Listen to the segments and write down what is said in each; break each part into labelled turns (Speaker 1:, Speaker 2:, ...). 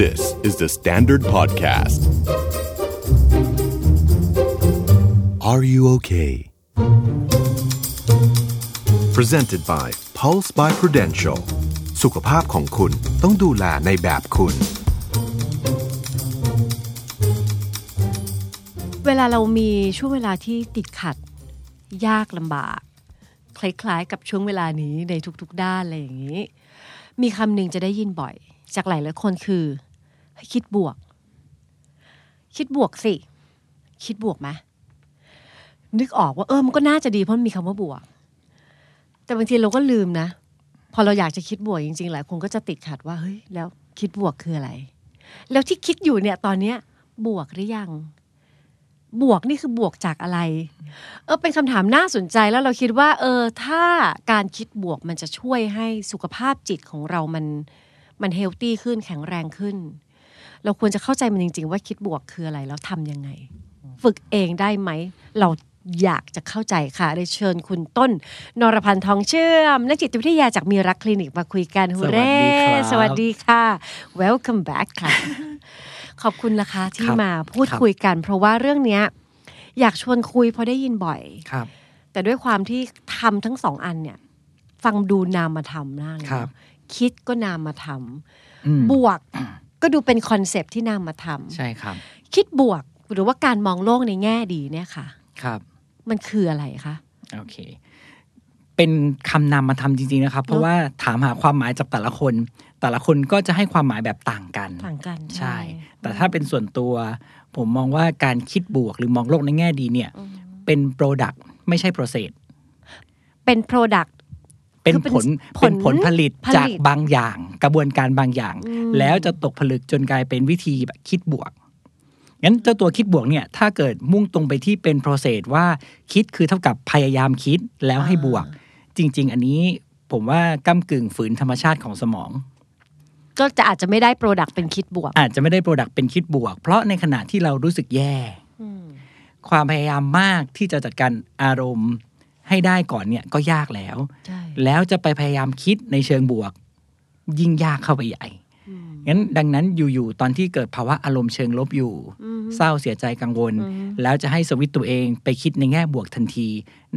Speaker 1: This is the Standard Podcast. Are you okay? Presented by Pulse by Prudential สุขภาพของคุณต้องดูแลในแบบคุณ
Speaker 2: เวลาเรามีช่วงเวลาที่ติดขัด ยากลำบาก คล้ายๆ กับช่วงเวลานี้ในทุกๆ ด้านอะไรอย่างนี้ มีคำหนึ่งจะได้ยินบ่อย จากหลายหลายๆคนคือ ให้คิดบวก คิดบวกสิ คิดบวกไหมนึกออกว่าเออมันก็น่าจะดีเพราะมันมีคำว่าบวก แต่บางทีเราก็ลืมนะ พอเราอยากจะคิดบวกจริงๆ หลายคนก็จะติดขัดว่าเฮ้ยแล้วคิดบวกคืออะไร แล้วที่คิดอยู่เนี่ยตอนเนี้ย บวกหรือยัง บวกนี่คือบวกจากอะไร เออเป็นคำถามน่าสนใจแล้วเราคิดว่า เออ ถ้าการคิดบวกมันจะช่วยให้สุขภาพจิตของเรามันมันเฮลตี้ขึ้นแข็งแรงขึ้น เราควรจะเข้าใจมันจริง ๆ ว่าคิดบวกคืออะไรแล้วทำยังไง ฝึกเองได้ไหม เราอยากจะเข้าใจค่ะได้เชิญคุณต้น นรพันธ์ทองเชื่อม นักจิตวิทยาจากมีรักคลินิกมาคุยกันฮูเร่ส
Speaker 3: สวั
Speaker 2: วัส
Speaker 3: สดี
Speaker 2: ดี
Speaker 3: ครั
Speaker 2: ค่ะ
Speaker 3: บ
Speaker 2: welcome back ค่ะ ขอบคุณนะคะที่
Speaker 3: ครับ
Speaker 2: มาพูด
Speaker 3: ครับ
Speaker 2: คุยกัน เพราะว่าเรื่องเนี้ย อยากชวนคุยเพราะได้ยินบ่อย
Speaker 3: ครับ
Speaker 2: แต่ด้วยความที่ทำทั้งสองอันเนี่ย ฟังดูนามธรรมมากเลย
Speaker 3: ครับ
Speaker 2: เนาะคิดก็นามธรรม
Speaker 3: อืม
Speaker 2: บวกก็ดูเป็นคอนเซปต์ที่นามธรรม
Speaker 3: ใช่ครับ
Speaker 2: คิดบวกหรือว่าการมองโลกในแง่ดีเนี่ยค่ะ
Speaker 3: ครับ
Speaker 2: มันคืออะไรคะ
Speaker 3: โอเค เป็นคำนำมาทำจริง ๆ นะครับ เพราะว่าถามหาความหมายจากแต่ละคน แต่ละคนก็จะให้ความหมายแบบต่างกัน
Speaker 2: ต่างกัน
Speaker 3: ใช่ แต่ถ้าเป็นส่วนตัว ผมมองว่าการคิดบวกหรือมองโลกในแง่ดีเนี่ย
Speaker 2: อืม
Speaker 3: เป็น Product ไม่ใช่ Process
Speaker 2: เป็น Product
Speaker 3: เป็น
Speaker 2: คือเป็น
Speaker 3: ผล
Speaker 2: ผล
Speaker 3: เป็นผลผลิต
Speaker 2: ผลิต
Speaker 3: จากบางอย่าง กระบวนการบางอย่าง
Speaker 2: อืม
Speaker 3: แล้วจะตกผลึกจนกลายเป็นวิธีแบบคิดบวกงั้นเจ้าตัวคิดบวกเนี่ย ถ้าเกิดมุ่งตรงไปที่เป็น process ว่าคิดคือเท่ากับพยายามคิดแล้วให้บวก จริง ๆ อันนี้ผมว่าก้ากึ่งฝืนธรรมชาติของสมอง
Speaker 2: ก็จะอาจจะไม่ได้ Product เป็นคิดบวก
Speaker 3: อาจจะไม่ได้ product เป็นคิดบวก เพราะในขณะที่เรารู้สึกแย่
Speaker 2: อืม
Speaker 3: ความพยายามมากที่จะจัดการอารมณ์ให้ได้ก่อนเนี่ยก็ยากแล้ว
Speaker 2: ใช่
Speaker 3: แล้วจะไปพยายามคิดในเชิงบวก ยิ่งยากเข้าไปใหญ่
Speaker 2: อืม
Speaker 3: งั้นดังนั้นอยู่ๆตอนที่เกิดภาวะอารมณ์เชิงลบอยู่
Speaker 2: อือฮึ
Speaker 3: เศร้าเสียใจกังวล
Speaker 2: อือฮึ
Speaker 3: แล้วจะให้สวิตช์ตัวเองไปคิดในแง่บวกทันที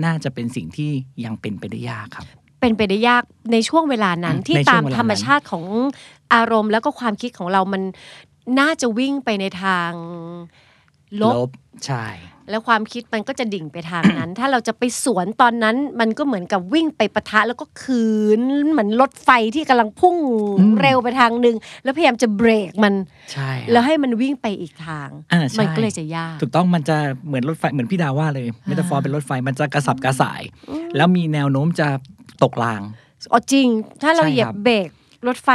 Speaker 3: น่าจะเป็นสิ่งที่ยังเป็นไปได้ยากครับ
Speaker 2: เป็นไปได้ยากในช่วงเวลานั้น
Speaker 3: อืม
Speaker 2: ที่
Speaker 3: ในช่
Speaker 2: ตาว ม
Speaker 3: งเวลานั้น
Speaker 2: ธรรมชาติของอารมณ์แล้วก็ความคิดของเรามันน่าจะวิ่งไปในทางลบ
Speaker 3: บใช่
Speaker 2: แล้วความคิดมันก็จะดิ่งไปทางนั้น ถ้าเราจะไปสวนตอนนั้น มันก็เหมือนกับวิ่งไปปะทะแล้วก็คืนเหมือนรถไฟที่กำลังพุ่ง
Speaker 3: อืม
Speaker 2: เร็วไปทางหนึ่งแล้วพยายามจะเบรกมัน
Speaker 3: ใช่ครับ
Speaker 2: แล้วให้มันวิ่งไปอีกทาง
Speaker 3: อ่าใช่
Speaker 2: มันก็เลยจะยาก
Speaker 3: ถูกต้องมันจะเหมือนรถไฟเหมือนพี่ดาว่าเลยเมตาฟอร์เป็นรถไฟมันจะกระสับกระส่าย แล้วมีแนวโน้มจะตกราง
Speaker 2: อ๋อจริง ถ้าเรา
Speaker 3: ใช่
Speaker 2: เหยียบ
Speaker 3: ครับ
Speaker 2: เบรกรถไฟ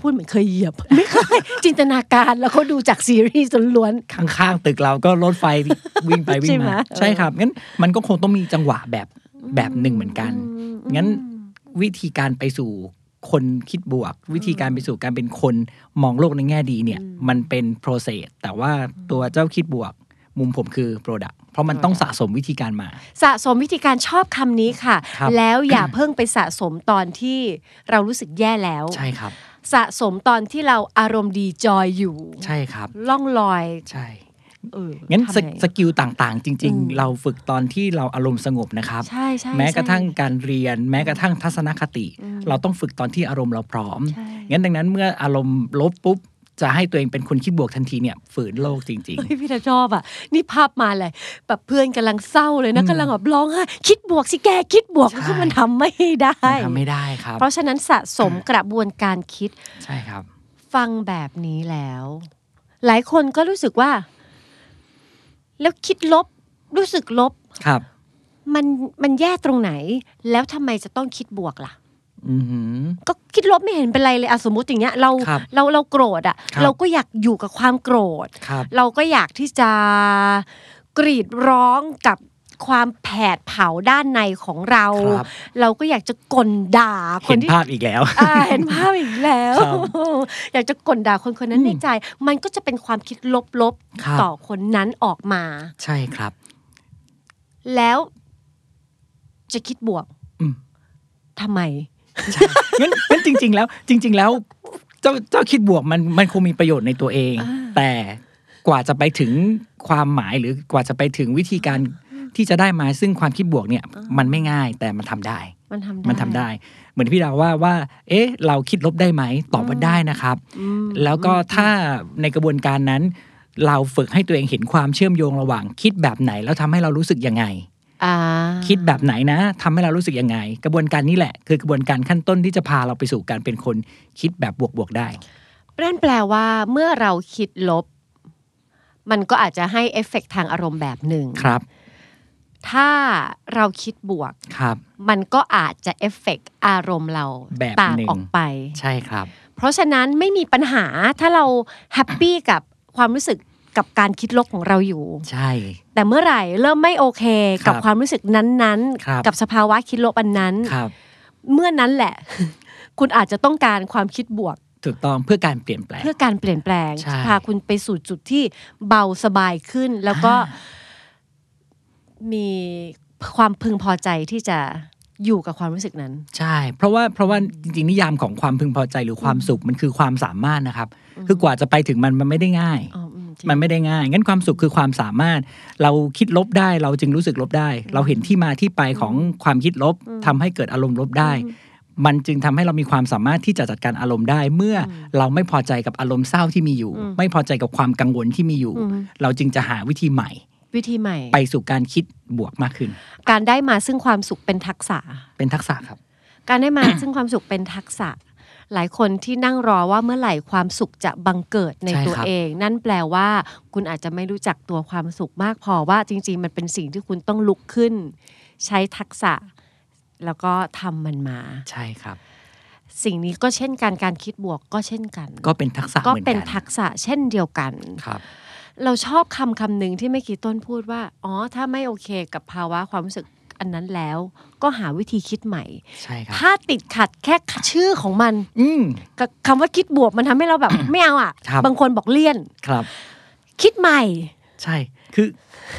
Speaker 2: พูดเหมือนเคยเหยียบ ไม่เคยจินตนาการแล้วก็ดูจากซีรีส์ล้วน
Speaker 3: ข้างๆตึกเราก็รถไฟ วิ่งไปวิ่งมา
Speaker 2: ใช่ไหม
Speaker 3: ใช่ครับงั้นมันก็คงต้องมีจังหวะแบบแบบหนึ่งเหมือนกัน
Speaker 2: ๆ
Speaker 3: งั้นวิธีการไปสู่คนคิดบวก วิธีการไปสู่การเป็นคนมองโลกในแง่ดีเนี่ย มันเป็น process แต่ว่าตัวเจ้าคิดบวก มุมผมคือ product เพราะมันต้องสะสมวิธีการมา
Speaker 2: สะสมวิธีการชอบคำนี้ค่ะ
Speaker 3: ครับ
Speaker 2: แล้วอย่าเพิ่งไปสะสมตอนที่เรารู้สึกแย่แล้ว
Speaker 3: ใช่ครับ
Speaker 2: สะสมตอนที่เราอารมณ์ดีจอยอยู่
Speaker 3: ใช่ครับ
Speaker 2: ล่องลอย
Speaker 3: ใช่
Speaker 2: เออ
Speaker 3: งั้น
Speaker 2: ทำ
Speaker 3: ส
Speaker 2: ไ
Speaker 3: กสกิลต่างๆ จริง
Speaker 2: อืม
Speaker 3: ๆ เราฝึกตอนที่เราอารมณ์สงบนะครับ
Speaker 2: ใช่ใช่
Speaker 3: แม้กระทั่ง
Speaker 2: ใช่
Speaker 3: การเรียน แม้กระทั่งทัศนคติ
Speaker 2: อืม
Speaker 3: เราต้องฝึกตอนที่อารมณ์เราพร้อม
Speaker 2: ใช่
Speaker 3: งั้นดังนั้นเมื่ออารมณ์ลบปุ๊บ จะให้ตัวเองเป็นคนคิดบวกทันทีเนี่ยฝืนโลกจริง
Speaker 2: เฮ้ยพี่ตาชอบอ่ะ นี่ภาพมาเลยแบบเพื่อนกำลังเศร้าเลยนะ
Speaker 3: อืม
Speaker 2: กำลังแบบร้องไห้คิดบวกสิแกคิดบวก
Speaker 3: ใช่
Speaker 2: ก็มันทำไม่ได้
Speaker 3: ๆมันทำไม่ได้ครับ
Speaker 2: เพราะฉะนั้นสะสมกระบวนการคิด
Speaker 3: ใช่ครับ
Speaker 2: ฟังแบบนี้แล้ว หลายคนก็รู้สึกว่า แล้วคิดลบ รู้สึกลบ
Speaker 3: ครับ
Speaker 2: มันมันแย่ตรงไหน แล้วทำไมจะต้องคิดบวกล่ะ
Speaker 3: อือหือ
Speaker 2: ก็คิดลบไม่เห็นเป็นไรเลยอะสมมติอย่างเงี้ยเรา
Speaker 3: ครับ
Speaker 2: เราเราโกรธอะ
Speaker 3: ครับ
Speaker 2: เราก็อยากอยู่กับความโกรธ
Speaker 3: ครับ
Speaker 2: เราก็อยากที่จะกรีดร้องกับความแผดเผาด้านในของเรา
Speaker 3: ครับ
Speaker 2: เราก็อยากจะกลด่าค
Speaker 3: เห็
Speaker 2: น
Speaker 3: น
Speaker 2: ที่
Speaker 3: ภาพอีกแล้ว
Speaker 2: อ่าเห็นภาพอีกแล้ว
Speaker 3: ครับ
Speaker 2: อยากจะกลด่าคนคนนั้นใน
Speaker 3: อืม
Speaker 2: ใจ มันก็จะเป็นความคิดลบ
Speaker 3: ครับ
Speaker 2: ๆ ต่อคนนั้นออกมา
Speaker 3: ใช่ครับ
Speaker 2: แล้วจะคิดบวก
Speaker 3: อืม
Speaker 2: ทำไม
Speaker 3: งั้นงั้นจริง ๆ แล้วจริง ๆ แล้ว เจ้าเจ้าคิดบวกมันมันคงมีประโยชน์ในตัวเอง
Speaker 2: อ่า
Speaker 3: แต่กว่าจะไปถึงความหมายหรือกว่าจะไปถึงวิธีการที่จะได้มาซึ่งความคิดบวกเนี่ยมันไม่ง่ายแต่มันทำได้
Speaker 2: มันทำได้
Speaker 3: มันทำได้ เหมือนพี่ดาวว่าว่า เอ๊ะ เราคิดลบได้ไหมตอบว่าได้นะครับ
Speaker 2: อืม
Speaker 3: แล้วก็ถ้าในกระบวนการนั้น เราฝึกให้ตัวเองเห็นความเชื่อมโยงระหว่าง คิดแบบไหนแล้วทำให้เรารู้สึกยังไง
Speaker 2: อ่า
Speaker 3: คิดแบบไหนนะทำให้เรารู้สึกยังไง กระบวนการนี้แหละ คือกระบวนการขั้นต้นที่จะพาเราไปสู่การเป็นคนคิดแบบบวกๆได้
Speaker 2: นั่นแปลว่าเมื่อเราคิดลบ มันก็อาจจะให้เอฟเฟกต์ทางอารมณ์แบบหนึ่ง
Speaker 3: ครับ
Speaker 2: ถ้าเราคิดบวก
Speaker 3: ครับ
Speaker 2: มันก็อาจจะเอฟเฟกต์อารมณ์เรา
Speaker 3: แบบ
Speaker 2: ต่าง
Speaker 3: หนึ่ง
Speaker 2: ออกไป
Speaker 3: ใช่ครับ
Speaker 2: เพราะฉะนั้นไม่มีปัญหาถ้าเราแฮปปี้กับความรู้สึกกับการคิดลบของเราอยู่
Speaker 3: ใช่
Speaker 2: แต่เมื่อไหร่เริ่มไม่โอเคกับ
Speaker 3: ครับ
Speaker 2: ความรู้สึกนั้น
Speaker 3: ครับ
Speaker 2: ๆ กับสภาวะคิดลบอันนั้น
Speaker 3: ครับ
Speaker 2: เมื่อนั้นแหละ คุณอาจจะต้องการความคิดบวก
Speaker 3: ถูกต้องเพื่อการเปลี่ยนแปลง
Speaker 2: เพื่อการเปลี่ยนแปลง
Speaker 3: ใช่
Speaker 2: พาคุณไปสู่จุดที่เบาสบายขึ้น แล้วก็
Speaker 3: อ่
Speaker 2: มีความพึงพอใจที่จะอยู่กับความรู้สึกนั้น
Speaker 3: ใช่ เพราะว่าเพราะว่าจริงๆนิยามของความพึงพอใจหรือความสุขมันคือความสามารถนะครับ คือกว่าจะไปถึงมันมันไม่ได้ง่าย
Speaker 2: อ๋ออืจริง
Speaker 3: มันไม่ได้ง่าย งั้นความสุขคือความสามารถ เราคิดลบได้ เราจึงรู้สึกลบได้ เราเห็นที่มาที่ไปของความคิดลบทำให้เกิดอารมณ์ลบได้ มันจึงทำให้เรามีความสามารถที่จะจัดการอารมณ์ได้ เมื่ออเราไม่พอใจกับอารมณ์เศร้าที่มีอยู่ ไม่พอใจกับความกังวลที่มีอยู่ เราจึงจะหาวิธีใหม่
Speaker 2: วิธีใหม่
Speaker 3: ไปสู่การคิดบวกมากขึ้น
Speaker 2: การได้มาซึ่งความสุขเป็นทักษะ
Speaker 3: เป็นทักษะครับ
Speaker 2: การได้มา ซึ่งความสุขเป็นทักษะ หลายคนที่นั่งรอว่าเมื่อไหร่ความสุขจะบังเกิดใน
Speaker 3: ใช่
Speaker 2: ตัว
Speaker 3: ครับ
Speaker 2: เอง นั่นแปลว่า คุณอาจจะไม่รู้จักตัวความสุขมากพอว่าจริง ๆ มันเป็นสิ่งที่คุณต้องลุกขึ้น ใช้ทักษะ แล้วก็ทำมันมา
Speaker 3: ใช่ครับ
Speaker 2: สิ่งนี้ก็เช่นกันการคิดบวกก็เช่นกัน
Speaker 3: ก็เป็นทักษะ
Speaker 2: ก็
Speaker 3: เหมือน
Speaker 2: เป็น
Speaker 3: กั
Speaker 2: ทักษะเช่นเดียวกัน
Speaker 3: ครับ
Speaker 2: เราชอบคำคำหนึ่งที่ไม่อกี่ต้นพูดว่า อ๋อ ถ้าไม่โอเคกับภาวะความรู้สึกอันนั้นแล้ว ก็หาวิธีคิดใหม่
Speaker 3: ใช่ครับ
Speaker 2: ถ้าติดขัดแค่ชื่อของมัน
Speaker 3: อืม
Speaker 2: กับคำว่าคิดบวกมันทำให้เราแบบ ไม่เอาอ่ะ
Speaker 3: ครับ
Speaker 2: บางคนบอกเลี่ยน
Speaker 3: ครับ
Speaker 2: คิดใหม่
Speaker 3: ใช่ คือ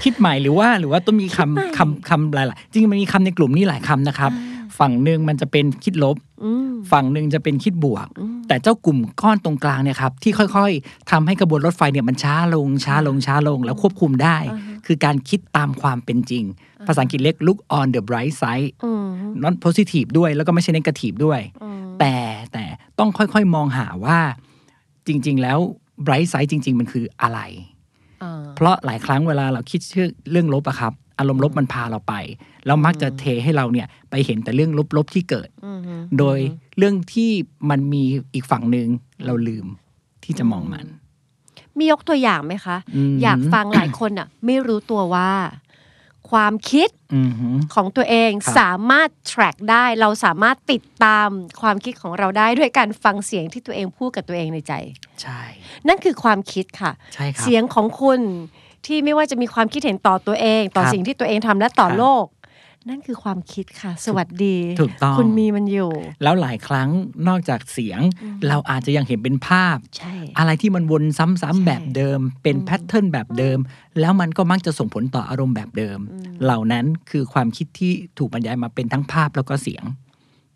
Speaker 3: คิดใหม่หรือว่าหรือว่าต้องมี
Speaker 2: คิดใหม่
Speaker 3: คำคำคำหลายๆจริงๆมันมีคำในกลุ่มนี้หลายคำนะครับ ฝั่งหนึ่งมันจะเป็นคิดลบ
Speaker 2: อืม
Speaker 3: ฝั่งหนึ่งจะเป็นคิดบวก แต่เจ้ากลุ่มก้อนตรงกลางเนี่ยครับที่ค่อยๆทำให้กระบวนรถไฟเนี่ยมันช้าลงช้าลงช้าลงแล้วควบคุมได้ คือการคิดตามความเป็นจริง ภาษาอังกฤษเรียก look on the bright side
Speaker 2: อืม
Speaker 3: not positive ด้วยแล้วก็ไม่ใช่ negative ด้วย
Speaker 2: อืม
Speaker 3: แต่แต่ต้องค่อยๆมองหาว่าจริง ๆ แล้ว bright side จริง ๆ มันคืออะไร
Speaker 2: อ่า
Speaker 3: เพราะหลายครั้งเวลาเราคิดเชื่อเรื่องลบอะครับ อารมณ์ลบมันพาเราไป แล้วมักจะเทให้เราเนี่ยไปเห็นแต่เรื่องลบๆที่เกิด
Speaker 2: อืม
Speaker 3: โดยเรื่องที่มันมีอีกฝั่งหนึ่งเราลืมที่จะมองมัน
Speaker 2: มียกตัวอย่างไหมคะ
Speaker 3: อืม
Speaker 2: อยากฟังหลายคนอ่ะ ไม่รู้ตัวว่า ความคิด
Speaker 3: อือฮึ
Speaker 2: ของตัวเอง
Speaker 3: ครับ
Speaker 2: สามารถ track ได้เราสามารถติดตามความคิดของเราได้ด้วยการฟังเสียงที่ตัวเองพูดกับตัวเองในใจ
Speaker 3: ใช่
Speaker 2: นั่นคือความคิดค่ะ
Speaker 3: ใช่ครับ
Speaker 2: เสียงของคุณที่ไม่ว่าจะมีความคิดเห็นต่อตัวเอง ต่อ
Speaker 3: ครับ
Speaker 2: สิ่งที่ตัวเองทำและต่อ
Speaker 3: ครับ
Speaker 2: โลก นั่นคือความคิดค่ะ สวัสดี
Speaker 3: ถูกต้อง
Speaker 2: คุณมีมันอยู่
Speaker 3: แล้วหลายครั้งนอกจากเสียงเราอาจจะยังเห็นเป็นภาพ
Speaker 2: ใช่
Speaker 3: อะไรที่มันวนซ้ำ
Speaker 2: ใช่
Speaker 3: ๆแบบเดิม เป็นแพทเทิร์นแบบเดิม แล้วมันก็มักจะส่งผลต่ออารมณ์แบบเดิม
Speaker 2: อืม
Speaker 3: เหล่านั้นคือความคิดที่ถูกบรรยายมาเป็นทั้งภาพแล้วก็เสียง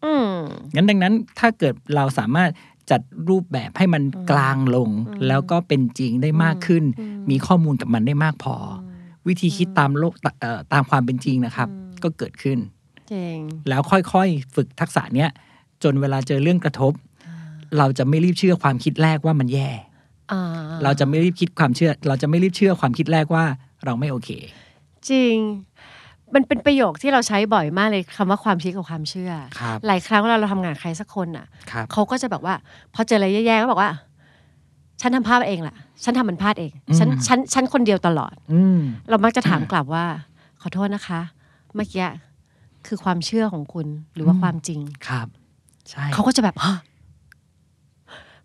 Speaker 2: อืม
Speaker 3: งั้นดังนั้นถ้าเกิดเราสามารถจัดรูปแบบให้มันกลางลง แล้วก็เป็นจริงได้มากขึ้น มีข้อมูลกับมันได้มากพออวิธีคิดตามโลกตะเอ่อตามความเป็นจริงนะครับ ก็เกิดขึ้น
Speaker 2: เจ๋ง
Speaker 3: แล้วค่อยๆ ฝึกทักษะเนี้ยจนเวลาเจอเรื่องกระทบ เราจะไม่รีบเชื่อความคิดแรกว่ามันแย่
Speaker 2: อ่า
Speaker 3: เราจะไม่รีบคิดความเชื่อ เราจะไม่รีบเชื่อความคิดแรกว่าเราไม่โอเค
Speaker 2: จริง มันเป็นประโยคที่เราใช้บ่อยมากเลยคำว่าความคิดกับความเชื่อ
Speaker 3: ครับ
Speaker 2: หลายครั้งเวลาเราทำงานกับใครสักคนอ่ะ
Speaker 3: ครับ
Speaker 2: เขาก็จะแบบว่า พอเจออะไรแย่ๆก็บอกว่า ฉันทำพลาดเองล่ะ ฉันทำมันพลาดเอง ฉัน
Speaker 3: อืม
Speaker 2: ฉันฉันคนเดียวตลอด
Speaker 3: อืม
Speaker 2: เรามักจะถามกลับว่า ขอโทษนะคะ เมื่อกี้คือความเชื่อของคุณหรือว่า
Speaker 3: อืม
Speaker 2: ความจริง
Speaker 3: ครับ ใช่
Speaker 2: เขาก็จะแบบฮะ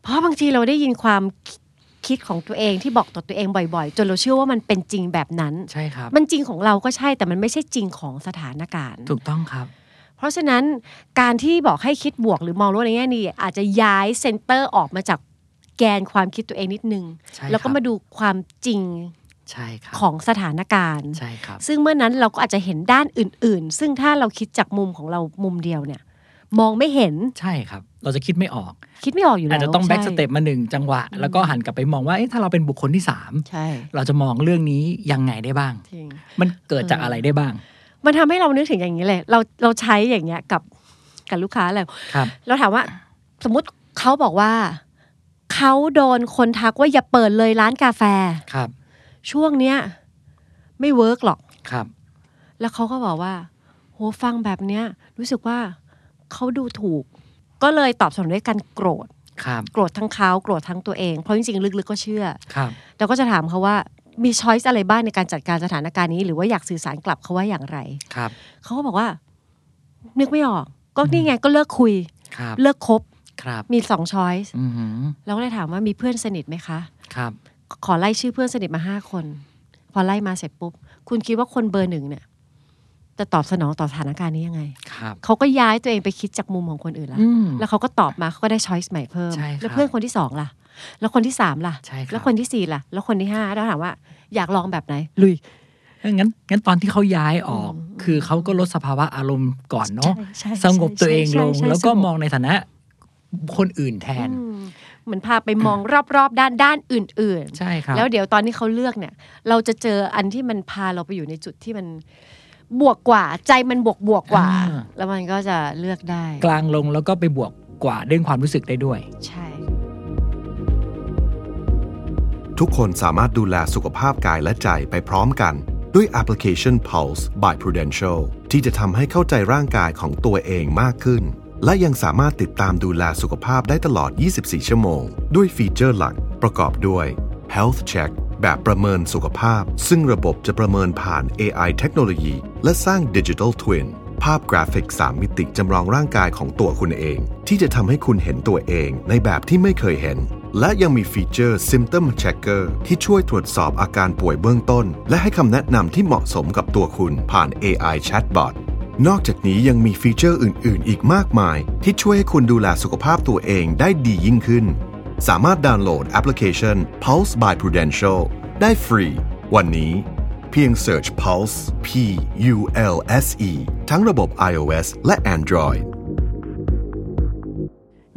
Speaker 2: เพราะบางทีเราได้ยินความคิคิดของตัวเองที่บอกต่อตัวเองบ่อยๆ จนเราเชื่อว่ามันเป็นจริงแบบนั้น
Speaker 3: ใช่ครับ
Speaker 2: มันจริงของเราก็ใช่แต่มันไม่ใช่จริงของสถานการณ์
Speaker 3: ถูกต้องครับ
Speaker 2: เพราะฉะนั้นการที่บอกให้คิดบวกหรือมองโลกในแง่ดีอาจจะย้ายเซนเตอร์ออกมาจากแกนความคิดตัวเองนิดนึง
Speaker 3: ใช่ครับ
Speaker 2: แล้วก็มาดูความจริง
Speaker 3: ใช่ครับ
Speaker 2: ของสถานการณ์
Speaker 3: ใช่ครับ
Speaker 2: ซึ่งเมื่อนั้นเราก็อาจจะเห็นด้านอื่น ๆ ซึ่งถ้าเราคิดจากมุมของเรามุมเดียวเนี่ย มองไม่เห็น
Speaker 3: ใช่ครับ เราจะคิดไม่ออก
Speaker 2: คิดไม่ออกอยู่แล้ว
Speaker 3: อาจจะต้องแบ็กส
Speaker 2: ใช่
Speaker 3: เต็ปมาหนึ่งจังหวะ
Speaker 2: อืม
Speaker 3: แล้วก็หันกลับไปมองว่าเอ๊ะถ้าเราเป็นบุคคลที่สาม
Speaker 2: ใช่
Speaker 3: เราจะมองเรื่องนี้ยังไงได้บ้าง
Speaker 2: จริง
Speaker 3: มันเกิดจากอะไรได้บ้าง
Speaker 2: มันทำให้เรานึกถึงอย่างนี้เลย เราเราใช้อย่างเงี้ยกับกับลูกค้าแล้ว
Speaker 3: ครับ
Speaker 2: เราถามว่าสมมติเขาบอกว่า เขาโดนคนทักว่าอย่าเปิดเลยร้านกาแฟ
Speaker 3: ครับ
Speaker 2: ช่วงเนี้ยไม่เวิร์กหรอก
Speaker 3: ครับ
Speaker 2: แล้วเขาก็บอกว่า โหฟังแบบเนี้ย รู้สึกว่าเขาดูถูก ก็เลยตอบสนองด้วยการโกรธ
Speaker 3: ครับ
Speaker 2: โกรธทั้งเขาโกรธทั้งตัวเองเพราะจริงๆลึกๆก็เชื่อ
Speaker 3: ครับ
Speaker 2: เราก็จะถามเขาว่ามีช้อยส์อะไรบ้างในการจัดการสถานการณ์นี้ หรือว่าอยากสื่อสารกลับเขาว่าอย่างไร
Speaker 3: ครับ
Speaker 2: เขาก็บอกว่า นึกไม่ออก ก็นี่ไงก็เลิกคุย
Speaker 3: ครับ
Speaker 2: เลิกคบ
Speaker 3: ครับ
Speaker 2: มีสองช้อยส์
Speaker 3: อือหือ
Speaker 2: เราก็เลยถามว่ามีเพื่อนสนิทไหมคะ
Speaker 3: ครับ
Speaker 2: ขอไล่ชื่อเพื่อนสนิทมาห้าคน พอไล่มาเสร็จปุ๊บ คุณคิดว่าคนเบอร์หนึ่งเนี่ยจะตอบสนองต่อสถานการณ์นี้ยังไง
Speaker 3: ครับ
Speaker 2: เขาก็ย้ายตัวเองไปคิดจากมุมของคนอื่นละ
Speaker 3: อืม
Speaker 2: แล้วเขาก็ตอบมาเขาก็ได้ช้อยส์ใหม่เพิ่ม
Speaker 3: ใช่ครับ
Speaker 2: แล้วเพื่อนคนที่สองล่ะ แล้วคนที่สามล่ะ
Speaker 3: ใช่ครับ
Speaker 2: แล้วคนที่สี่ล่ะ แล้วคนที่ห้าเราถามว่า อยากลองแบบไหน ลุย
Speaker 3: เอ้ยงั้นงั้นตอนที่เขาย้ายออก
Speaker 2: อืม
Speaker 3: คือเขาก็ลดสภาวะอารมณ์ก่อนเนาะ
Speaker 2: ใช่
Speaker 3: สงบตัวเองลง
Speaker 2: ใช่ใช่
Speaker 3: แล้วก็
Speaker 2: สงบ
Speaker 3: มองในฐานะคนอื่นแทน
Speaker 2: อืมเหมือนพาไปมองรอบๆ ด้านด้านอื่น
Speaker 3: ใช่ครับ
Speaker 2: ๆ แล้วเดี๋ยวตอนที่เขาเลือกเนี่ย เราจะเจออันที่มันพาเราไปอยู่ในจุดที่มันบวกกว่า ใจมันบวกบวกกว่า แล้วมันก็จะเลือกได้
Speaker 3: กลางลงแล้วก็ไปบวกกว่าเรื่องความรู้สึกได้ด้วย
Speaker 2: ใช่
Speaker 1: ทุกคนสามารถดูแลสุขภาพกายและใจไปพร้อมกัน ด้วยแอปพลิเคชัน Pulse by Prudential ที่จะทำให้เข้าใจร่างกายของตัวเองมากขึ้น และยังสามารถติดตามดูแลสุขภาพได้ตลอด 24 ชั่วโมง ด้วยฟีเจอร์หลักประกอบด้วย Health Check แบบประเมินสุขภาพ ซึ่งระบบจะประเมินผ่าน AI เทคโนโลยีและสร้าง Digital Twin ภาพกราฟิก 3 มิติจำลองร่างกายของตัวคุณเอง ที่จะทำให้คุณเห็นตัวเองในแบบที่ไม่เคยเห็น และยังมีฟีเจอร์ Symptom Checker ที่ช่วยตรวจสอบอาการป่วยเบื้องต้น และให้คำแนะนำที่เหมาะสมกับตัวคุณผ่าน AI Chatbot นอกจากนี้ยังมีฟีเจอร์อื่น ๆ อีกมากมาย ที่ช่วยให้คุณดูแลสุขภาพตัวเองได้ดียิ่งขึ้น สามารถดาวน์โหลดแอปพลิเคชัน Pulse by Prudential ได้ฟรี วันนี้ เพียง search Pulse P U L S E ทั้งระบบ iOS และ Android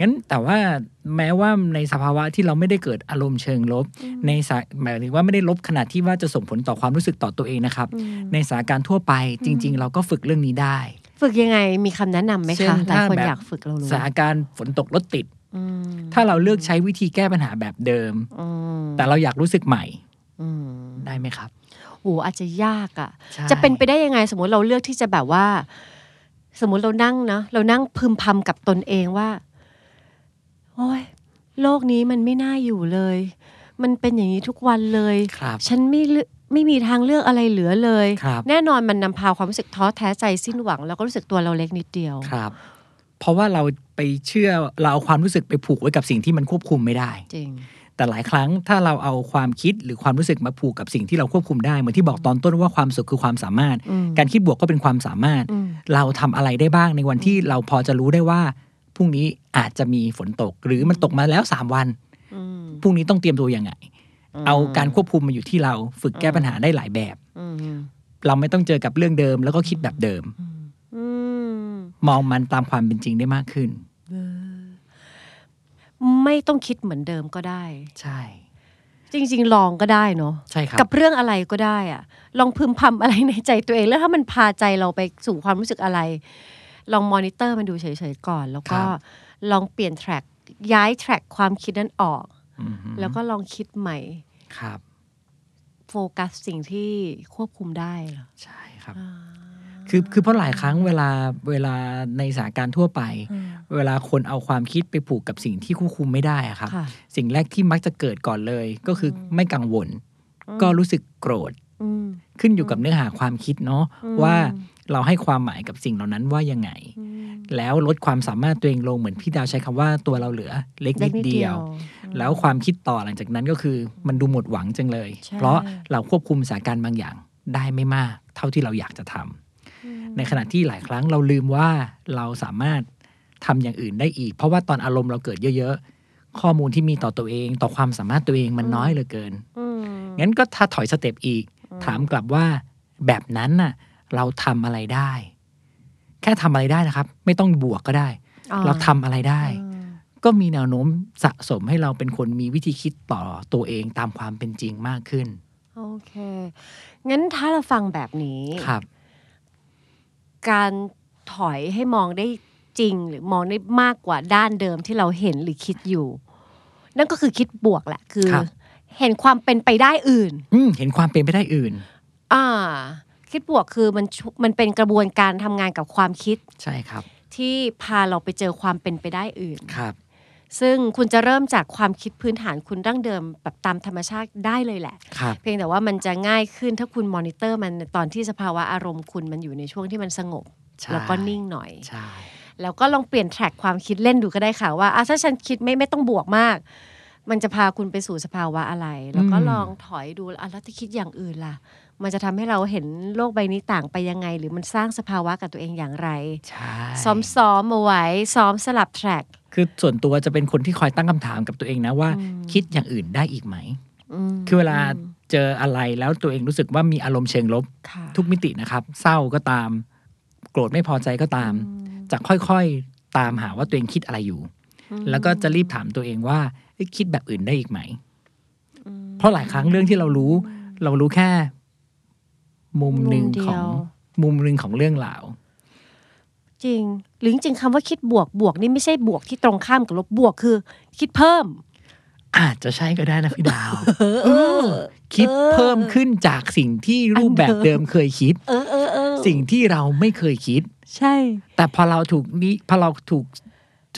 Speaker 3: งั้นแต่ว่าแม้ว่าในสภาวะที่เราไม่ได้เกิดอารมณ์เชิงลบ ในสาหมายถึงว่าไม่ได้ลบขนาดที่ว่าจะส่งผลต่อความรู้สึกต่อตัวเองนะครับ ในสถานการณ์ทั่วไปจริง ๆ เราก็ฝึกเรื่องนี้ได้
Speaker 2: ฝึกยังไงมีคำแนะนำไหม
Speaker 3: เช่
Speaker 2: คะหลายคน
Speaker 3: แบบ
Speaker 2: อยากฝึกเรารู้
Speaker 3: สถานการณ์ฝนตกรถติด
Speaker 2: อืม
Speaker 3: ถ้าเราเลือกใช้วิธีแก้ปัญหาแบบเดิม
Speaker 2: อืม
Speaker 3: แต่เราอยากรู้สึกใหม่
Speaker 2: อืม
Speaker 3: ได้ไหมครับ
Speaker 2: โอ้อาจจะยากอ่ะ
Speaker 3: ใช่
Speaker 2: จะเป็นไปได้ยังไงสมมติเราเลือกที่จะแบบว่า สมมติเรานั่งเนาะเรานั่งพึมพำกับตนเองว่า โอ้ยโลกนี้มันไม่น่าอยู่เลย มันเป็นอย่างนี้ทุกวันเลย
Speaker 3: ครับ
Speaker 2: ฉันไม่เลือกไม่มีทางเลือกอะไรเหลือเลย
Speaker 3: ครับ
Speaker 2: แน่นอนมันนำพาความรู้สึกท้อแท้ใจสิ้นหวัง แล้วก็รู้สึกตัวเราเล็กนิดเดียว
Speaker 3: ครับ เพราะว่าเราไปเชื่อเราเอาความรู้สึกไปผูกไว้กับสิ่งที่มันควบคุมไม่ได้
Speaker 2: จริง
Speaker 3: แต่หลายครั้งถ้าเราเอาความคิดหรือความรู้สึกมาผูกกับสิ่งที่เราควบคุมได้เหมือนที่บอกตอนต้นว่าความสุขคือความสามารถ
Speaker 2: อืม
Speaker 3: การคิดบวกก็เป็นความสามารถ
Speaker 2: อืม
Speaker 3: เราทำอะไรได้บ้างในวันที่เราพอจะรู้ได้ว่าพรุ่งนี้อาจจะมีฝนตก หรือมันตกมาแล้ว 3 วัน
Speaker 2: อืม
Speaker 3: พรุ่งนี้ต้องเตรียมตัวยังไง เอาการควบคุมมาอยู่ที่เราฝึกแก้ปัญหาได้หลายแบบ
Speaker 2: อืม
Speaker 3: เราไม่ต้องเจอกับเรื่องเดิม แล้วก็คิดแบบเดิม
Speaker 2: อืม
Speaker 3: มองมันตามความเป็นจริงได้มากขึ้น
Speaker 2: ไม่ต้องคิดเหมือนเดิมก็ได้
Speaker 3: ใช่
Speaker 2: จริง ๆ ลองก็ได้เนาะ
Speaker 3: ใช่ครับ
Speaker 2: กับเรื่องอะไรก็ได้อะลองพึมพำอะไรในใจตัวเองแล้วถ้ามันพาใจเราไปสู่ความรู้สึกอะไร ลองมอนิเตอร์มันดูเฉยๆก่อน แล้วก็
Speaker 3: ครับ
Speaker 2: ลองเปลี่ยนแทร็กย้ายแทร็กความคิดนั้นออก
Speaker 3: อือฮึ
Speaker 2: แล้วก็ลองคิดใหม่
Speaker 3: ครับ
Speaker 2: โฟกัสสิ่งที่ควบคุมได้เหรอ
Speaker 3: ใช่ครับ คือคือเพราะหลายครั้งเวลาเวลาในสถานการณ์ทั่วไป เวลาคนเอาความคิดไปผูกกับสิ่งที่ควบคุมไม่ได้อะครับ
Speaker 2: ค่ะ
Speaker 3: สิ่งแรกที่มักจะเกิดก่อนเลย ก็คืออไม่กังวล ก็รู้สึกโกรธ
Speaker 2: อืม
Speaker 3: ขึ้นอยู่กับเนื้อหาความคิดเนาะ
Speaker 2: อืม
Speaker 3: ว่าเราให้ความหมายกับสิ่งเหล่านั้นว่ายังไง แล้วลดความสามารถตัวเองลงเหมือนพี่ดาวใช้คำว่าตัวเราเหลือเล็ก
Speaker 2: เล็
Speaker 3: นิ
Speaker 2: ก
Speaker 3: ด
Speaker 2: นิด
Speaker 3: เดี
Speaker 2: เดี
Speaker 3: ย
Speaker 2: ยว ว
Speaker 3: แล้วความคิดต่อหลังจากนั้นก็คือมันดูหมดหวังจังเลย
Speaker 2: ใช่
Speaker 3: เพราะเราควบคุมสถานการณ์บางอย่างได้ไม่มาก เท่าที่เราอยากจะทำในขณะที่หลายครั้งเราลืมว่าเราสามารถทำอย่างอื่นได้อีก เพราะว่าตอนอารมณ์เราเกิดเยอะๆ ข้อมูลที่มีต่อตัวเอง ต่อความสามารถตัวเองมันน้อยเหลือเกิน
Speaker 2: อืม
Speaker 3: งั้นก็ถ้าถอยสเต็ปอีก ถามกลับว่าแบบนั้นน่ะ เราทำอะไรได้ แค่ทำอะไรได้นะครับ ไม่ต้องบวกก็ได้
Speaker 2: อ่า
Speaker 3: เราทำอะไรได้
Speaker 2: อืม
Speaker 3: ก็มีแนวโน้มสะสมให้เราเป็นคนมีวิธีคิดต่อตัวเองตามความเป็นจริงมากขึ้น
Speaker 2: โอเค งั้นถ้าเราฟังแบบนี้
Speaker 3: ครับ
Speaker 2: การถอยให้มองได้จริง หรือมองได้มากกว่าด้านเดิมที่เราเห็นหรือคิดอยู่ นั่นก็คือคิดบวกแหละ คือ เห็นความเป็นไปได้อื่น
Speaker 3: อืมเห็นความเป็นไปได้อื่น
Speaker 2: อ่า คิดบวกคือมันชุมันเป็นกระบวนการทำงานกับความคิด
Speaker 3: ใช่ครับ
Speaker 2: ที่พาเราไปเจอความเป็นไปได้อื่น
Speaker 3: ครับ
Speaker 2: ซึ่งคุณจะเริ่มจากความคิดพื้นฐานคุณดั้งเดิมแบบตามธรรมชาติได้เลยแหละ
Speaker 3: ครับ
Speaker 2: เพียงแต่ว่ามันจะง่ายขึ้นถ้าคุณมอนิเตอร์มันตอนที่สภาวะอารมณ์คุณมันอยู่ในช่วงที่มันสงบ
Speaker 3: ใช่
Speaker 2: แล้วก็นิ่งหน่อย
Speaker 3: ใช่
Speaker 2: แล้วก็ลองเปลี่ยนแทร็กความคิดเล่นดูก็ได้ค่ะว่าอ่ะถ้าฉันคิดไม่ไม่ต้องบวกมาก มันจะพาคุณไปสู่สภาวะอะไร แล้วก็ลองถอยดูอ่ะแล้วถ้าคิดอย่างอื่นล่ะ มันจะทำให้เราเห็นโลกใบนี้ต่างไปยังไง หรือมันสร้างสภาวะกับตัวเองอย่างไร
Speaker 3: ใช่
Speaker 2: ซ้อมๆเอาไว้ซ้อมสลับแทร็ก
Speaker 3: คือส่วนตัวจะเป็นคนที่คอยตั้งคำถามกับตัวเองนะว่า
Speaker 2: อืม
Speaker 3: คิดอย่างอื่นได้อีกไหม
Speaker 2: ม
Speaker 3: คือเวลาเจออะไรแล้วตัวเองรู้สึกว่ามีอารมณ์เชิงลบ
Speaker 2: ค่ะ
Speaker 3: ทุกมิตินะครับ เศร้าก็ตาม โกรธไม่พอใจก็ตาม จะค่อยๆตามหาว่าตัวเองคิดอะไรอยู่
Speaker 2: อืม
Speaker 3: แล้วก็จะรีบถามตัวเองว่าเอ้ยคิดแบบอื่นได้อีกไหม เพราะหลายครั้งเรื่องที่เรารู้ เรารู้แค่ มุมหนึ่ง
Speaker 2: เดี
Speaker 3: ข
Speaker 2: ย
Speaker 3: อง
Speaker 2: ว
Speaker 3: มุมหนึ่งของเรื่องราว
Speaker 2: จริงหรือจริงๆคำว่าคิดบวกบวกนี่ไม่ใช่บวกที่ตรงข้ามกับลบบวกคือ คิดเพิ่ม
Speaker 3: อาจจะใช่ก็ได้นะพี่ดาวเออคิดเพิ่มขึ้นจากสิ่งที่รูปแบบเดิมเคยคิด
Speaker 2: เออเออเออ
Speaker 3: สิ่งที่เราไม่เคยคิด
Speaker 2: ใช่
Speaker 3: แต่พอเราถูกนี้พอเราถูก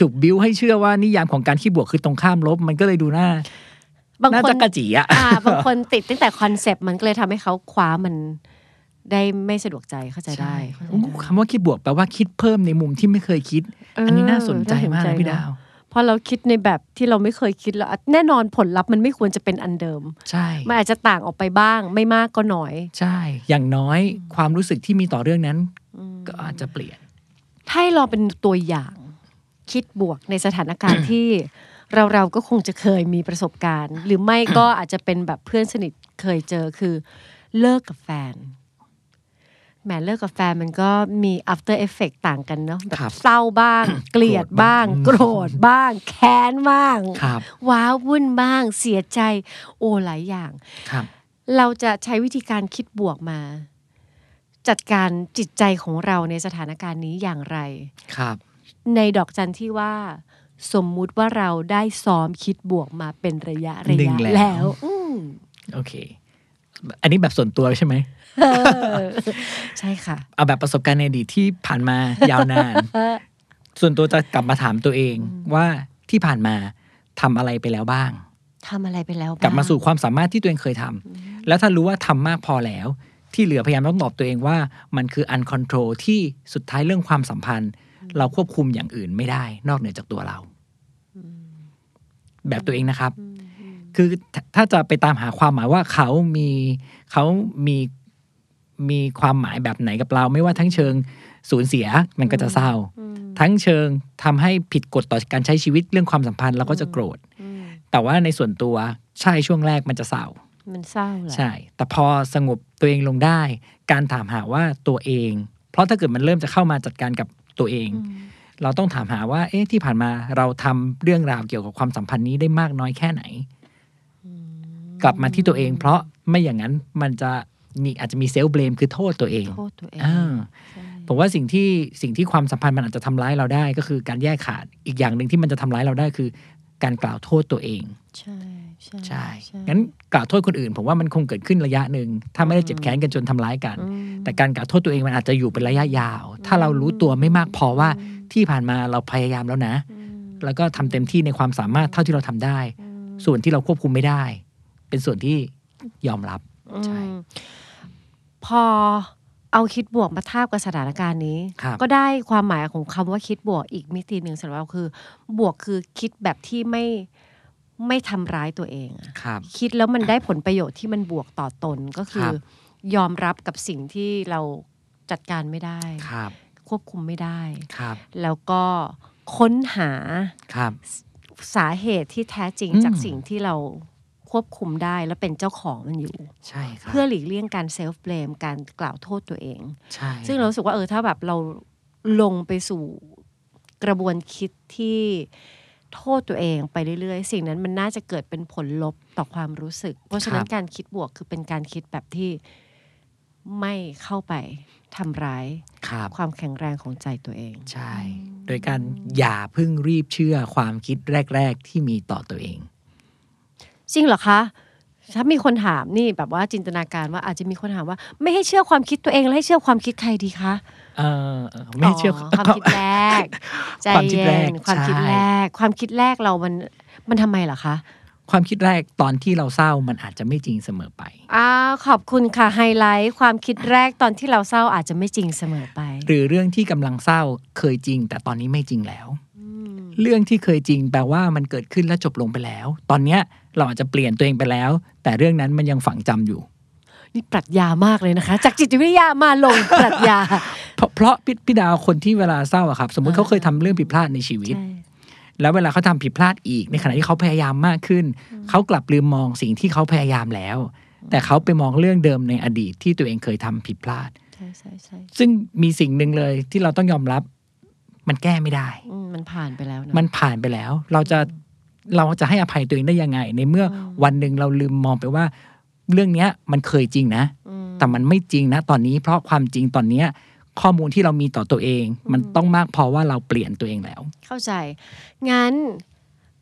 Speaker 3: ถูกบิ้วให้เชื่อว่านิยามของการขี้บวกคือตรงข้ามลบ มันก็เลยดูน่า
Speaker 2: บาง
Speaker 3: น่า
Speaker 2: คน
Speaker 3: จะกระจีอะ
Speaker 2: อ่าบางคนติดตั้งแต่คอนเซปต์มันก็เลยทำให้เขาคว้ามันได้ไม่สะดวกใจเข้าใจได้เข้าใจ
Speaker 3: โอ้
Speaker 2: ได้
Speaker 3: คำว่าคิดบวกแปลว่าคิดเพิ่มในมุมที่ไม่เคยคิด
Speaker 2: เอออั
Speaker 3: อันนี้น่าสนใจมาก
Speaker 2: น่าสนใจ
Speaker 3: นะพี่ดาว
Speaker 2: พอเราคิดในแบบที่เราไม่เคยคิดแล้วอ่ะแน่นอนผลลัพธ์มันไม่ควรจะเป็นอันเดิม
Speaker 3: ใช่
Speaker 2: มันอาจจะต่างออกไปบ้าง ไม่มากก็น้อย
Speaker 3: ใช่ อย่างน้อยความรู้สึกที่มีต่อเรื่องนั้น ก็อาจจะเปลี่ยน
Speaker 2: ถ้าให้ลองเป็นตัวอย่างคิดบวกในสถาน การณ์ ที่เราเราก็คงจะเคยมีประสบการณ์ หรือไม่ก็อาจจะเป็นแบบเพื่อนสนิทเคยเจอคือเลิกกับแฟนแหมเลิกกับแฟนมันก็มี after effect ต่างกันเนาะแบ
Speaker 3: ครับ
Speaker 2: บเศร้าบ้าง เกลียดบ้าง
Speaker 3: โก
Speaker 2: โก
Speaker 3: ร
Speaker 2: ร
Speaker 3: ธ
Speaker 2: ธ
Speaker 3: บ้า
Speaker 2: บ้าง ง แค้นบ้าง
Speaker 3: ครับ
Speaker 2: ว้าวุ่นบ้าง เสียใจ โอ้หลายอย่าง
Speaker 3: ครับ
Speaker 2: เราจะใช้วิธีการคิดบวกมา จัดการจิตใจของเราในสถานการณ์นี้อย่างไร
Speaker 3: ครับ
Speaker 2: ในดอกจันที่ว่า สมมุติว่าเราได้ซ้อมคิดบวกมาเป็นระยะระ
Speaker 3: หนึ่
Speaker 2: ยะ
Speaker 3: งแล้ว
Speaker 2: แล้วอื ม
Speaker 3: โอเค อันนี้แบบส่วนตัวใช่ไหม
Speaker 2: เออใช่ค่ะ
Speaker 3: เอาแบบประสบการณ์ในอดีตที่ผ่านมายาวน าน
Speaker 2: เออ
Speaker 3: ส่วนตัวจะกลับมาถามตัวเองว่าที่ผ่านมาทำอะไรไปแล้วบ้าง
Speaker 2: ทำอะไรไปแล้ว
Speaker 3: กลับมาสู่ความสามารถที่ตัวเองเคยทำ แล้วถ้ารู้ว่าทำมากพอแล้ว ที่เหลือพยายามต้องตอบตัวเองว่า มันคืออันคอนโทรลที่สุดท้ายเรื่องความสัมพันธ์ เราควบคุมอย่างอื่นไม่ได้ นอกเหนือจากตัวเรา แบบตัวเองนะครับ คือถ้าถ้าจะไปตามหาความหมายว่าเขามีเขามีมีความหมายแบบไหนกับเรา ไม่ว่าทั้งเชิงสูญเสียมันก็จะเศร้า ทั้งเชิงทำให้ผิดกฎต่อการใช้ชีวิตเรื่องความสัมพันธ์เราก็จะโกรธ
Speaker 2: อืม
Speaker 3: แต่ว่าในส่วนตัวใช่ช่วงแรกมันจะเศร้า
Speaker 2: มันเศร้าแหละ
Speaker 3: ใช่ แต่พอสงบตัวเองลงได้ การถามหาว่าตัวเอง เพราะถ้าเกิดมันเริ่มจะเข้ามาจัดการกับตัวเอง
Speaker 2: อืม
Speaker 3: เราต้องถามหาว่า เอ๊ะ ที่ผ่านมาเราทำเรื่องราวเกี่ยวกับความสัมพันธ์นี้ได้มากน้อยแค่ไหน กลับมาที่ตัวเอง เพราะไม่อย่างนั้นมันจะมีอาจจะมีเซลล์เบลมคือโทษตัวเอง
Speaker 2: โทษตัวเอง
Speaker 3: อ่า
Speaker 2: ใช่
Speaker 3: ผมว่าสิ่งที่สิ่งที่ความสัมพันธ์มันอาจจะทำร้ายเราได้ ก็คือการแยกขาด อีกอย่างหนึ่งที่มันจะทำร้ายเราได้คือ การกล่าวโทษตัวเอง
Speaker 2: ใช่
Speaker 3: ใช่ งั้นกล่าวโทษคนอื่น ผมว่ามันคงเกิดขึ้นระยะหนึ่ง ถ้าไม่ได้เจ็บแค้นกันจนทำร้ายกัน
Speaker 2: อืม
Speaker 3: แต่การกล่าวโทษตัวเองมันอาจจะอยู่เป็นระยะยาว ถ้าเรารู้ตัวไม่มากพอว่าที่ผ่านมาเราพยายามแล้วนะ
Speaker 2: อืม
Speaker 3: แล้วก็ทำเต็มที่ในความสามารถเท่าที่เราทำได้ ส่วนที่เราควบคุมไม่ได้ เป็นส่วนที่ยอมรับ ใช่
Speaker 2: อืมพอเอาคิดบวกมาทาบกับสถานการณ์นี้
Speaker 3: ครับ
Speaker 2: ก็ได้ความหมายของคำว่าคิดบวกอีกมิติหนึ่งสำหรับเราคือบวกคือคิดแบบที่ไม่ไม่ทำร้ายตัวเองอะ
Speaker 3: ครับ
Speaker 2: คิดแล้วมันได้ผลประโยชน์ที่มันบวกต่อตนก็คือ
Speaker 3: ครับ
Speaker 2: ยอมรับกับสิ่งที่เราจัดการไม่ได้
Speaker 3: ครับ
Speaker 2: ควบคุมไม่ได้
Speaker 3: ครับ
Speaker 2: แล้วก็ค้นหา
Speaker 3: ครับ
Speaker 2: สาเหตุที่แท้จริง
Speaker 3: อืม
Speaker 2: จากสิ่งที่เราควบคุมได้และเป็นเจ้าของมันอยู่
Speaker 3: ใช่ครับ
Speaker 2: เพื่อหลีกเลี่ยงการเซลฟ์เบลมการกล่าวโทษตัวเอง
Speaker 3: ใช่
Speaker 2: ซึ่งเรารู้สึกว่าเออถ้าแบบเราลงไปสู่ กระบวนคิดที่โทษตัวเองไปเรื่อยๆ สิ่งนั้นมันน่าจะเกิดเป็นผลลบต่อความรู้สึก เพราะฉะนั้น
Speaker 3: ครับ
Speaker 2: การคิดบวกคือเป็นการคิดแบบที่ไม่เข้าไปทำร้าย
Speaker 3: ครับ
Speaker 2: ความแข็งแรงของใจตัวเอง
Speaker 3: ใช่ โดยการอย่าเพิ่งรีบเชื่อความคิดแรก ๆ ที่มีต่อตัวเอง
Speaker 2: จริงเหรอคะ ถ้ามีคนถามนี่แบบว่าจินตนาการว่าอาจจะมีคนถามว่า ไม่ให้เชื่อความคิดตัวเองแล้วให้เชื่อความคิดใครดีคะ
Speaker 3: เออไม่เชื่อ
Speaker 2: ความคิดแรกใจ
Speaker 3: ความคิด
Speaker 2: เย็
Speaker 3: แรก
Speaker 2: น ความคิด
Speaker 3: ใช่
Speaker 2: แรก ความคิดแรกเรามันมันทำไมเหรอคะ
Speaker 3: ความคิดแรกตอนที่เราเศร้ามันอาจจะไม่จริงเสมอไป
Speaker 2: อ้าวขอบคุณค่ะไฮไลท์ความคิดแรกตอนที่เราเศร้าอาจจะไม่จริงเสมอไป
Speaker 3: หรือเรื่องที่กำลังเศร้าเคยจริง แต่ตอนนี้ไม่จริงแล้ว
Speaker 2: ม
Speaker 3: เรื่องที่เคยจริงแปลว่ามันเกิดขึ้นและจบลงไปแล้ว ตอนเนี้ยเราอาจจะเปลี่ยนตัวเองไปแล้ว แต่เรื่องนั้นมันยังฝังจำอยู่
Speaker 2: นี่ปรัชญามากเลยนะคะ จากจิตวิทยามาลงปรัชญา
Speaker 3: เพราะเพราะพี่พี่ดาวคนที่เวลาเศร้าอะครับสมมติ
Speaker 2: อ่า
Speaker 3: เขาเคยทำเรื่องผิดพลาดในชีวิต
Speaker 2: ใช่
Speaker 3: แล้วเวลาเขาทำผิดพลาดอีกในขณะที่เขาพยายามมากขึ้น เขากลับลืมมองสิ่งที่เขาพยายามแล้ว แต่เขาไปมองเรื่องเดิมในอดีตที่ตัวเองเคยทำผิดพลาด
Speaker 2: ใช่ใช่ใช่
Speaker 3: ซึ่งมีสิ่งหนึ่งเลยที่เราต้องยอมรับ มันแก้ไม่ได้
Speaker 2: อืมมันผ่านไปแล้วเนอะ
Speaker 3: มันผ่านไปแล้ว เราจะเราจะให้อภัยตัวเองได้ยังไง ในเมื่ออ
Speaker 2: ม
Speaker 3: วันหนึ่งเราลืมมองไปว่า เรื่องเนี้ยมันเคยจริงนะ
Speaker 2: อืม
Speaker 3: แต่มันไม่จริงนะตอนนี้เพราะความจริงตอนเนี้ยข้อมูลที่เรามีต่อตัวเอง มันต้องมากพอว่าเราเปลี่ยนตัวเองแล้ว
Speaker 2: เข้าใจ งั้น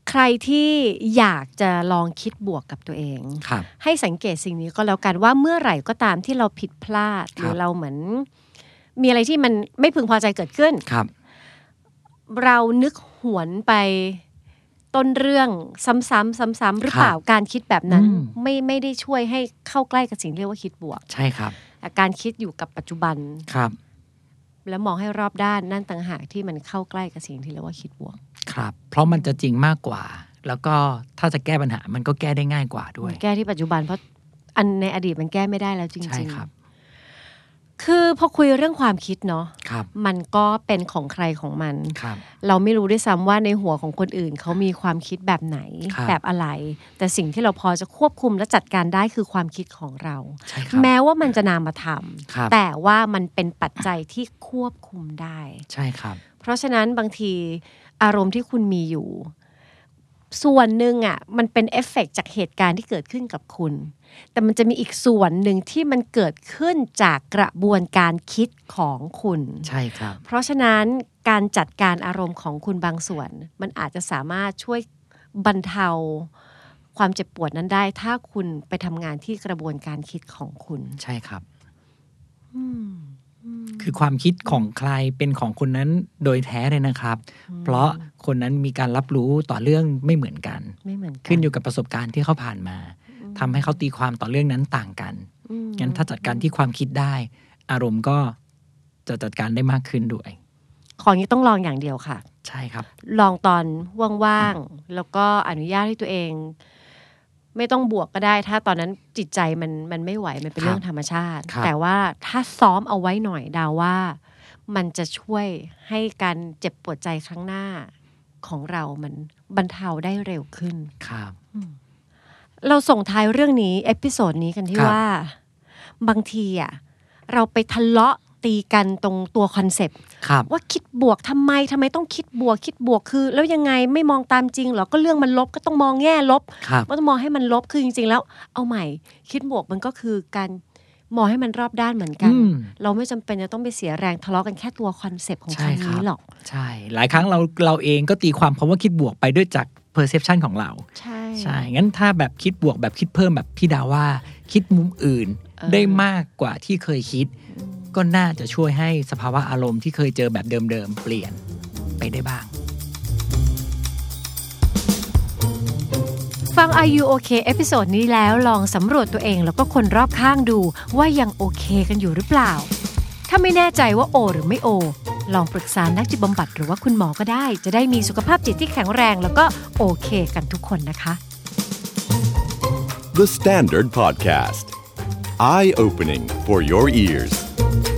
Speaker 2: ใครที่อยากจะลองคิดบวกกับตัวเอง
Speaker 3: ครับ
Speaker 2: ให้สังเกตสิ่งนี้ก็แล้วกันว่าเมื่อไหร่ก็ตามที่เราผิดพลาดห
Speaker 3: ครับ
Speaker 2: รือเราเหมือน มีอะไรที่มันไม่พึงพอใจเกิดขึ้น
Speaker 3: ครับ
Speaker 2: เรานึกหวนไปต้นเรื่องซ้ำๆซ้ำๆหรือเปล่าการคิดแบบนั้น
Speaker 3: อืม
Speaker 2: ไม่ไม่ได้ช่วยให้เข้าใกล้กับสิ่งที่เรียกว่าคิดบวก
Speaker 3: ใช่ครับ
Speaker 2: แต่การคิดอยู่กับปัจจุบัน
Speaker 3: ครับ
Speaker 2: และมองให้รอบด้านนั่นต่างหากที่มันเข้าใกล้กับสิ่งที่เรียกว่าคิดบวก
Speaker 3: ครับ เพราะมันจะจริงมากกว่า แล้วก็ถ้าจะแก้ปัญหามันก็แก้ได้ง่ายกว่าด้วย
Speaker 2: แก้ที่ปัจจุบันเพราะอันในอดีตมันแก้ไม่ได้แล้วจริงๆ
Speaker 3: ใช่ครับ
Speaker 2: คือพอคุยเรื่องความคิดเนาะ
Speaker 3: ครับ
Speaker 2: มันก็เป็นของใครของมัน
Speaker 3: ครับ
Speaker 2: เราไม่รู้ด้วยซ้ำว่าในหัวของคนอื่นเขามีความคิดแบบไหน
Speaker 3: ครับ
Speaker 2: แบบอะไร แต่สิ่งที่เราพอจะควบคุมและจัดการได้คือความคิดของเรา
Speaker 3: ใช่ครับ
Speaker 2: แม้ว่ามันจะนามธรรม
Speaker 3: ครับ
Speaker 2: แต่ว่ามันเป็นปัจจัยที่ควบคุมได้
Speaker 3: ใช่ครับ
Speaker 2: เพราะฉะนั้นบางทีอารมณ์ที่คุณมีอยู่ ส่วนหนึ่งอ่ะมันเป็นเอฟเฟกต์จากเหตุการณ์ที่เกิดขึ้นกับคุณ แต่มันจะมีอีกส่วนหนึ่งที่มันเกิดขึ้นจากกระบวนการคิดของคุณ
Speaker 3: ใช่ครับ
Speaker 2: เพราะฉะนั้นการจัดการอารมณ์ของคุณบางส่วน มันอาจจะสามารถช่วยบรรเทาความเจ็บปวดนั้นได้ ถ้าคุณไปทำงานที่กระบวนการคิดของคุณ
Speaker 3: ใช่ครับ
Speaker 2: อืม
Speaker 3: คือความคิดของใครเป็นของคนนั้นโดยแท้เลยนะครับ เพราะคนนั้นมีการรับรู้ต่อเรื่องไม่เหมือนกัน
Speaker 2: ไม่เหมือนกัน
Speaker 3: ขึ้นอยู่กับประสบการณ์ที่เขาผ่านมาทำให้เขาตีความต่อเรื่องนั้นต่างกัน
Speaker 2: อืม
Speaker 3: งั้นถ้าจัดการที่ความคิดได้ อารมณ์ก็จะจัดการได้มากขึ้นด้วย
Speaker 2: ของนี้ต้องลองอย่างเดียวค่ะ
Speaker 3: ใช่ครับ
Speaker 2: ลองตอนว่างๆ แล้วก็อนุญาตให้ตัวเอง ไม่ต้องบวกก็ได้ ถ้าตอนนั้นจิตใจมันมันไม่ไหว มันเป็น
Speaker 3: ครับ
Speaker 2: เรื่องธรรมชาติ
Speaker 3: ครับ
Speaker 2: แต่ว่าถ้าซ้อมเอาไว้หน่อยดาวว่า มันจะช่วยให้การเจ็บปวดใจครั้งหน้าของเรามันบรรเทาได้เร็วขึ้น
Speaker 3: ครับ
Speaker 2: เราส่งท้ายเรื่องนี้ เอพิโซดนี้กันที่
Speaker 3: ครับ
Speaker 2: ว่า บางทีอ่ะเราไปทะเลาะตีกันตรงตัวคอนเซปต์
Speaker 3: ครับ
Speaker 2: ว่าคิดบวกทำไมทำไมต้องคิดบวกคิดบวกคือ แล้วยังไงไม่มองตามจริงเหรอก็เรื่องมันลบก็ต้องมองแง่ลบ
Speaker 3: ครับ
Speaker 2: ก็ต้องมองให้มันลบคือจริงๆแล้ว เอาใหม่ คิดบวกมันก็คือการมองให้มันรอบด้านเหมือนกัน
Speaker 3: อืม
Speaker 2: เราไม่จำเป็นจะต้องไปเสียแรงทะเลาะกันแค่ตัวคอนเซปต์ของ
Speaker 3: ใช่
Speaker 2: คำ
Speaker 3: ครั
Speaker 2: นี้หรอก
Speaker 3: ใช่ หลายครั้งเราเราเองก็ตีความคำว่าคิดบวกไปด้วยจาก perception ของเรา
Speaker 2: ใช่
Speaker 3: ใช่ งั้นถ้าแบบคิดบวกแบบคิดเพิ่มแบบพี่ดาว่า คิดมุมอื่นได้มากกว่าที่เคยคิด ก็น่าจะช่วยให้สภาวะอารมณ์ที่เคยเจอแบบเดิมๆเปลี่ยนไปได้บ้าง
Speaker 2: ฟัง Are You OK เอพิโซดนี้แล้วลองสำรวจตัวเองแล้วก็คนรอบข้างดูว่ายังโอเคกันอยู่หรือเปล่า ถ้าไม่แน่ใจว่าโอ หรือไม่โอ ลองปรึกษานักจิตบำบัดหรือว่าคุณหมอก็ได้ จะได้มีสุขภาพจิตที่แข็งแรงแล้วก็โอเคกันทุกคนนะคะ
Speaker 1: The Standard Podcast. Eye opening for your ears.